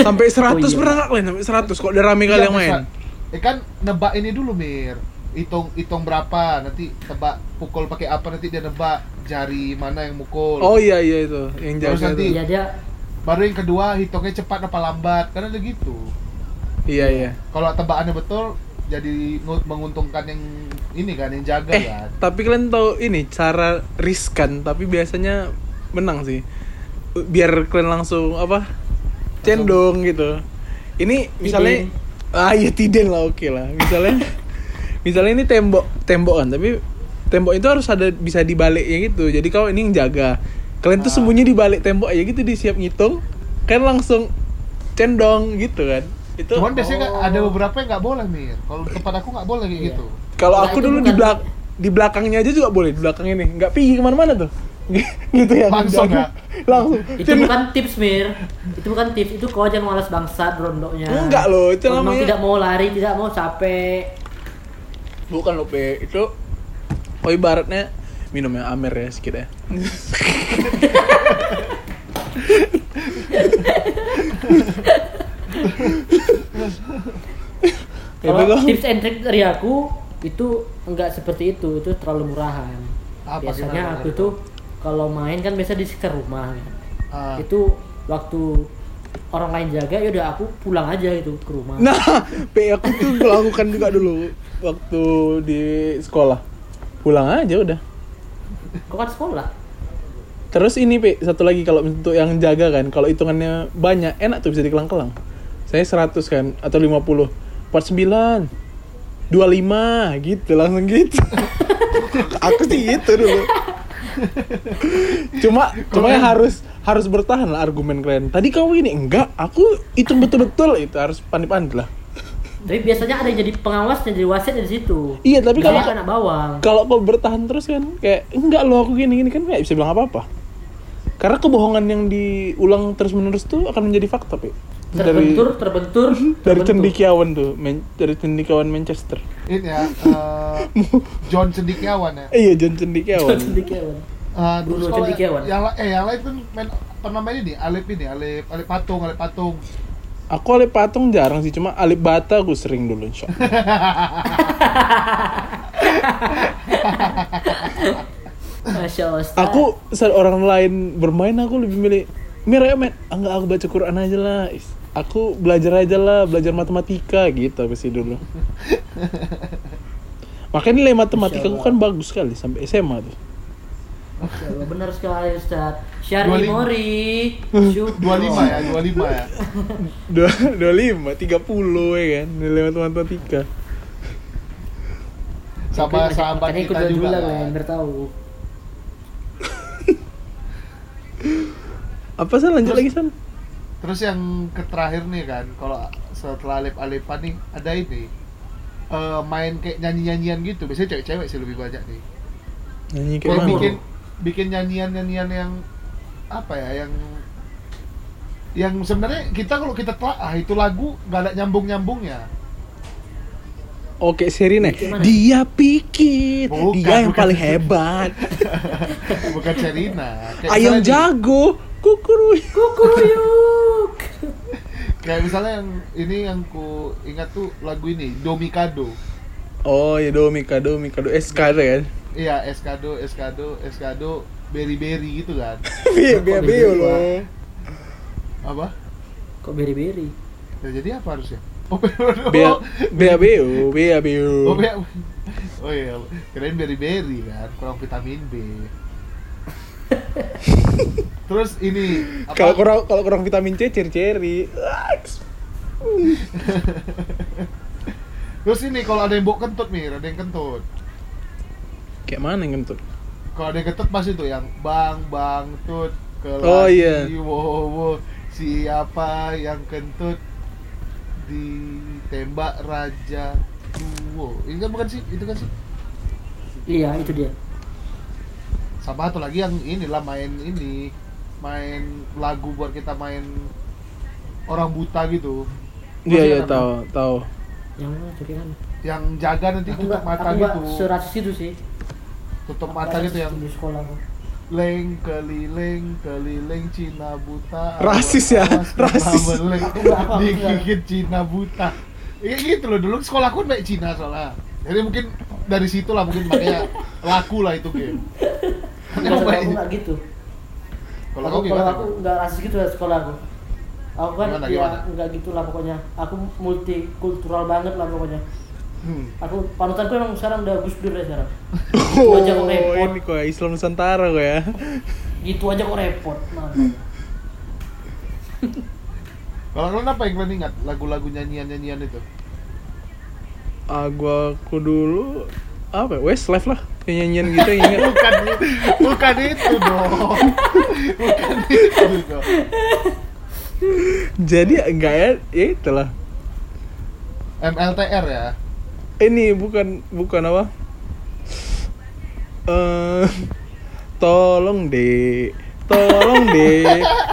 Sampai 100
Oh, iya.
pernah kalian sampai 100 kok udah rame kali
Iya,
yang main.
bisa. Eh kan nebak ini dulu Mir. Hitung hitung berapa nanti tebak pukul pakai apa nanti dia nebak jari mana yang mukul.
Oh iya iya itu yang
Terus
jaga
nanti-
itu.
Iya dia
Baru yang kedua hitungnya cepat apa lambat karena ada gitu.
Iya iya.
Kalau tebakannya betul jadi ngu- menguntungkan yang ini kan yang jaga
Eh,
kan.
tapi kalian tahu ini cara riskan tapi biasanya menang sih. Biar kalian langsung apa? Cendong gitu. Ini misalnya ah ya tiden lah oke lah. Misalnya misalnya ini tembok tembokan tapi tembok itu harus ada bisa dibaliknya gitu. Jadi kau ini yang jaga. Kalian tuh
Ah.
sembunyi di balik tembok aja gitu disiap ngitung. Kalian langsung cendong gitu kan. Itu
Cuman biasanya nggak-
oh.
ada beberapa yang nggak boleh Mir. Kalau di tempat aku nggak boleh kayak
Iya.
gitu.
Kalau
Nah,
aku
itu
dulu
bukan-
di belak di belakangnya aja juga boleh, di belakang ini. Nggak pergi kemana-mana tuh. gitu ya.
Langsung
aku-
ya?
Langsung.
itu bukan tips Mir. Itu bukan tips, itu kau jangan malas bangsa rondoknya.
Enggak loh, itu
Kau memang
namanya-
tidak mau lari, tidak mau capek.
Bukan loh, Pe. Itu oh ibaratnya minum yang amer ya sedikit ya. Ya,
Kalau
betul.
tips and trick dari aku itu enggak seperti itu, itu terlalu murahan.
Apa gimana,
biasanya aku
gimana?
tuh kalau main kan biasa di sekitar rumah. kan.
Ah.
Itu waktu orang lain jaga ya udah aku pulang aja gitu ke rumah.
Nah, Pe aku tuh melakukan juga dulu waktu di sekolah. Pulang aja udah.
Kau kan sekolah.
Terus ini Pe, satu lagi kalau untuk yang jaga kan, kalau hitungannya banyak enak tuh bisa dikelang-kelang. Saya 100 kan atau 50. 49 25 gitu langsung gitu. Aku sih gitu dulu. cuma cuma yang harus harus bertahan lah argumen kalian. Tadi kau ini enggak, aku hitung betul-betul itu harus pandai-pandai lah.
Tapi biasanya ada yang jadi pengawasnya, jadi wasitnya di situ.
Iya, tapi
Jadi
kalau
anak bawang.
kalau kau bertahan terus kan kayak enggak loh aku gini gini kan nggak bisa bilang apa apa karena kebohongan yang diulang terus menerus tuh akan menjadi fakta pe dari
Terbentur, terbentur,
dari
terbentur.
cendikiawan tuh Man- dari cendikiawan Manchester
Ini ya eh, John Cendikiawan ya.
eh, iya John cendikiawan
Cendikiawan.
Ah, terus
Dulu
kalau
cendekiawan.
Yang, la- eh, yang lain tuh main pernah main ini, Alip ini, Alip, Alip patung, Alip patung.
aku alip patung jarang sih cuma alip bata aku sering dulu insya Allah.
Masya Allah. Ustaz.
aku saat orang lain bermain aku lebih milih Mira ya men, "Ah, enggak aku baca Quran aja lah Is, Aku belajar aja lah, belajar matematika gitu apa sih dulu Makanya nilai matematika aku kan bagus sekali sampai SMA tuh
Masya Allah, benar sekali Ustaz. Syari
25.
Mori.
Hmm.
25 ya, 25 ya.
Dua, 25, 30 ya kan, nilai matematika
Sama sahabat
Makanya ikut
kita
dulu
juga.
lah
kan.
men, biar tahu.
apa sih lanjut lagi
Terus-
san
Terus yang ke terakhir nih kan, kalau setelah alip-alipan nih ada ini eh, main kayak nyanyi-nyanyian gitu. Biasanya cewek-cewek sih lebih banyak nih.
nyanyi kayak
Kayak
mana
bikin bikin nyanyian-nyanyian yang apa ya yang yang sebenarnya kita kalau kita telaah itu lagu gak ada nyambung-nyambungnya.
oke Sherina
Gimana?
dia pikir
Bukan,
dia yang
bukan.
paling hebat
Bukan Serina. Kayak
ayam
misalnya nih,
jago kukurui
Kukuruyuk.
Kayak misalnya yang ini yang ku ingat tuh lagu ini Domikado.
oh ya domika domika do SK tuh kan
Iya, Eskado, Eskado, Eskado, Berry Berry gitu kan.
Bia
Kok
bia
beda
bia
gua?
lo
Apa?
Kok beri-beri?
Ya, jadi apa harusnya? Oh, Perodo.
bia bia bia bia bia
Oh, Bea- Oh iya, kirain berry-berry kan, kurang vitamin B. Terus ini apa?
kalau kurang kalau kurang vitamin C ceri ceri Aks.
Terus ini kalau ada yang bau kentut nih, ada yang kentut.
kayak mana yang kentut
Kalau ada yang kentut pasti tuh yang bang bang tut kelasi
Oh, iya.
wo, wo. siapa yang kentut ditembak raja duo. Ini kan bukan sih, itu kan sih.
Iya, itu dia.
sama satu lagi yang inilah main ini main lagu buat kita main orang buta gitu
iya iya
Maksudnya apa?
tahu tahu
Yang mana Coki kan?
yang jaga nanti
Aku
tutup
nggak
mata
aku nggak
gitu
serasis itu sih.
tutup
Aku
mata
nggak
gitu yang
di sekolah. aku.
leng keliling keliling Cina buta
Rasis ya,
awas kita
rasis.
meleng,
nggak paham,
digigit Cina buta ya gitu loh dulu sekolahku baik Cina soalnya jadi mungkin dari situ lah mungkin makanya laku lah itu game
Nggak,
Kalau
aku
main-
nggak gitu.
kalau
aku
kamu
kalau
gimana
aku nggak rasis gitu dari sekolah aku. Aku kan
Gimana,
ya
gimana?
nggak gitulah pokoknya. Aku multikultural banget lah pokoknya.
Hmm.
Aku panutanku emang sekarang udah Gus Dur ya sekarang.
oh
aja kok repot.
ini kok ya, Islam Nusantara kok ya
Gitu aja kok repot. Nah,
kalau kalian apa yang kalian ingat lagu-lagu nyanyian-nyanyian itu
ah gua aku dulu apa ya, Westlife lah kayak nyanyian gitu ingat
bukan bukan itu dong bukan itu dong
jadi enggak ya ya itulah
MLTR ya
ini bukan bukan apa eh tolong deh tolong deh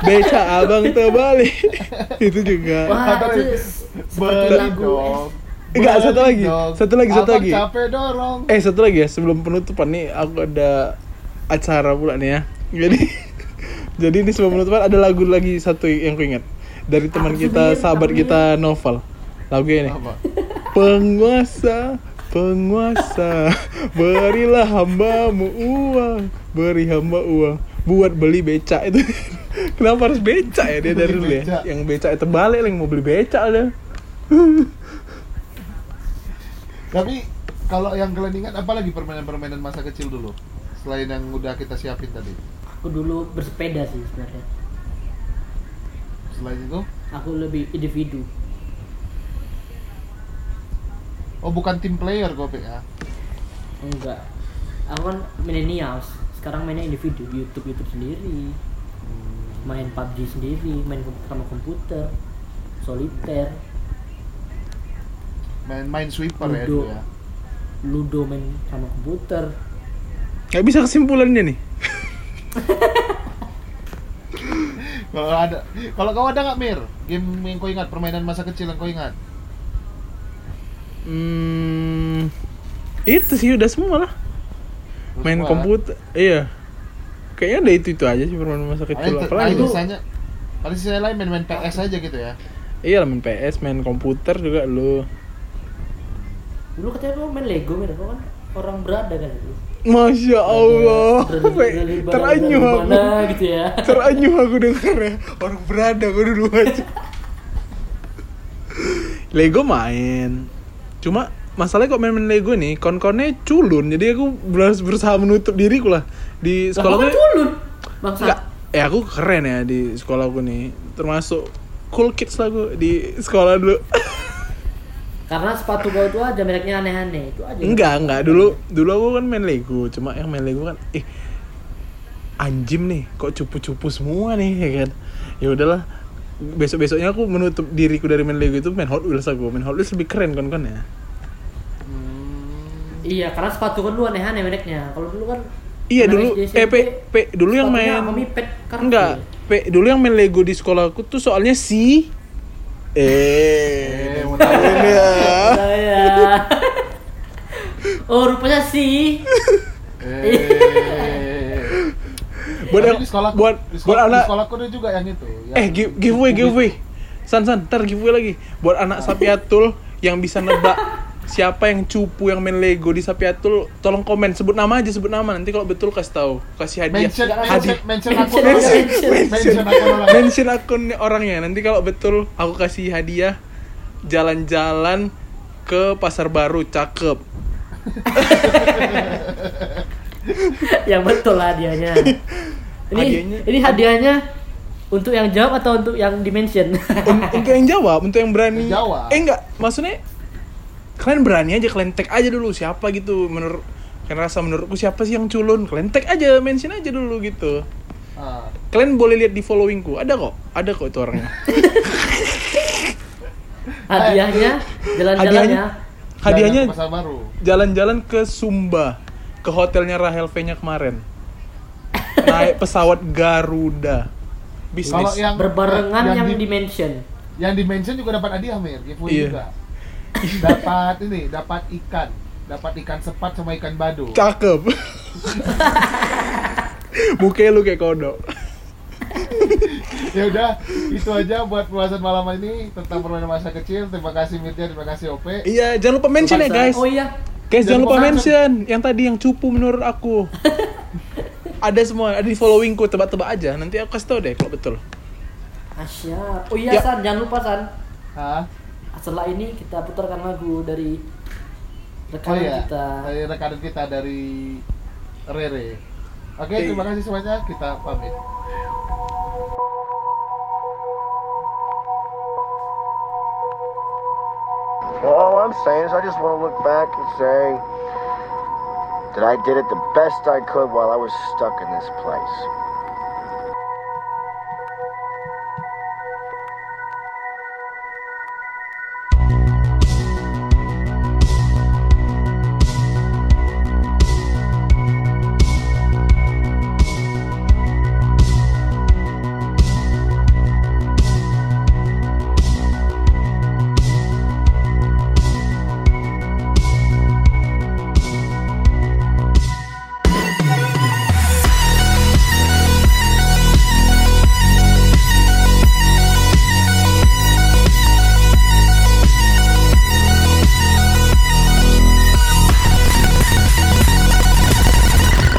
beca abang terbalik itu juga
Wah,
Atau
itu
yang-
se- seperti
Beli
lagu
dong.
Eh, Enggak,
Beli
satu lagi.
dong.
Satu lagi, satu
Abang
lagi.
capek dorong
eh satu lagi ya sebelum penutupan nih aku ada acara pula nih ya jadi jadi ini sebelum penutupan ada lagu lagi satu yang ku ingat dari teman
Apa
kita
sih,
sahabat
namanya?
kita Novel lagu ini
apa
Penguasa, penguasa, berilah hambamu uang, beri hamba uang buat beli becak itu. Kenapa harus becak ya dia dari dulu
Beli becak.
ya? Yang becak itu balik yang mau beli becak ada.
tapi kalau yang kalian ingat apa lagi permainan-permainan masa kecil dulu selain yang udah kita siapin tadi
aku dulu bersepeda sih sebenarnya.
selain itu
Aku lebih individu.
oh bukan tim player kok ya
Enggak. Aku kan millennials. Sekarang mainnya individu, YouTube YouTube sendiri, main PUBG sendiri, main kom- sama komputer, soliter,
main-main sweeper
Ludo.
ya itu ya
ludo main sama komputer.
Gak bisa kesimpulannya nih.
kalau ada kalau kau ada nggak Mir game yang kau ingat permainan masa kecil yang kau ingat
Hmm, itu sih udah semua lah.
Terus
Main
apa?
komputer, iya. Kayaknya udah itu itu aja sih permainan masa kecil
Paling,
apalagi.
paling sisanya paling sisanya lain main-main PS aja gitu ya
Iya lah main PS, main komputer juga lu.
Dulu katanya lu main Lego, main apa kan? Orang berada kan itu.
Masya Allah,
Berada- berada di mana,
teranyuh
berada di
aku.
mana gitu ya.
Teranyuh aku dengarnya Orang berada gue dulu aja Lego main Cuma masalahnya kok main-main Lego nih Kon-konnya culun Jadi aku berus- berusaha menutup diriku lah Di
Lah, kok
sekolah
kan culun. Bangsa.
Enggak Eh aku keren ya di sekolah aku nih Termasuk cool kids lah aku di sekolah dulu
Karena sepatu gua itu aja mereknya aneh-aneh, itu aja.
Enggak, enggak Dulu dulu aku kan main Lego Cuma yang main Lego kan Eh anjim nih kok cupu-cupu semua nih ya kan ya udahlah besok besoknya aku menutup diriku dari main Lego itu main Hot Wheels aku main Hot Wheels lebih keren kan kan ya
Iya, karena sepatu kan dulu aneh-aneh mereknya. Kalau dulu kan
iya
anak
dulu
SD,
eh
SMP,
P, P dulu yang
sepatunya
main
sama mipet kartu.
enggak P dulu yang main Lego di sekolahku tuh soalnya si eh mau tahuin ya
Nah, iya. oh, rupanya sih.
Eh.
buat
Tapi
yang-
di sekolah
buat buat
di sekolah,
anak
di sekolahku ada juga yang itu. Yang
eh gi- giveaway giveaway san san ntar giveaway lagi buat anak sapiatul yang bisa nebak siapa yang cupu yang main lego di sapiatul tolong komen sebut nama aja sebut nama nanti kalau betul kasih tahu kasih hadiah
Mention,
Hadiah.
mention, mention, aku
Mention,
orang.
mention.
Mention aku orang.
mention akun orangnya nanti kalau betul aku kasih hadiah jalan-jalan ke pasar baru cakep
yang betul lah hadiahnya. Ini
Hadiahnya-
ini hadiahnya untuk yang jawab atau untuk yang dimension?
Un- untuk yang jawab untuk yang berani
Yang jawab.
eh enggak maksudnya kalian berani aja kalian tag aja dulu siapa gitu menurut kalian rasa menurutku siapa sih yang culun kalian tag aja mention aja dulu gitu
Ah.
kalian boleh lihat di followingku ada kok ada kok itu orangnya
hadiahnya
hadiahnya
jalan-jalannya.
hadiahnya
Jangan ke pasar baru.
jalan-jalan ke Sumba ke hotelnya Rahel V nya kemarin naik pesawat Garuda
Kalau ya-
bisnis
yang
Berbarengan yang,
di,
dimension.
yang di mention juga dapat hadiah, Mir. Giveaway
Iya.
juga. dapat ini, dapat ikan. Dapat ikan sepat sama ikan bado.
cakep mukanya lu kayak kodok
ya udah, itu aja buat pembahasan malam ini tentang permainan masa kecil. Terima kasih Mirja, terima kasih OP.
iya jangan lupa mention ya guys
Oh iya,
guys
Jangan
jangan lupa
lupa
mention yang tadi yang cupu menurut aku ada semua ada di followingku tebak-tebak aja nanti aku kasih tau deh kalau betul
Asyap. Oh iya
Ya.
San, jangan lupa San.
Hah?
Setelah ini kita putarkan lagu dari
Oh
rekaman
iya,
kita.
dari rekanan kita dari Rere. Oke,
Oke.
terima kasih semuanya. Kita pamit.
Well, all I'm saying is I just want to look back and say that I did it the best I could while I was stuck in this place.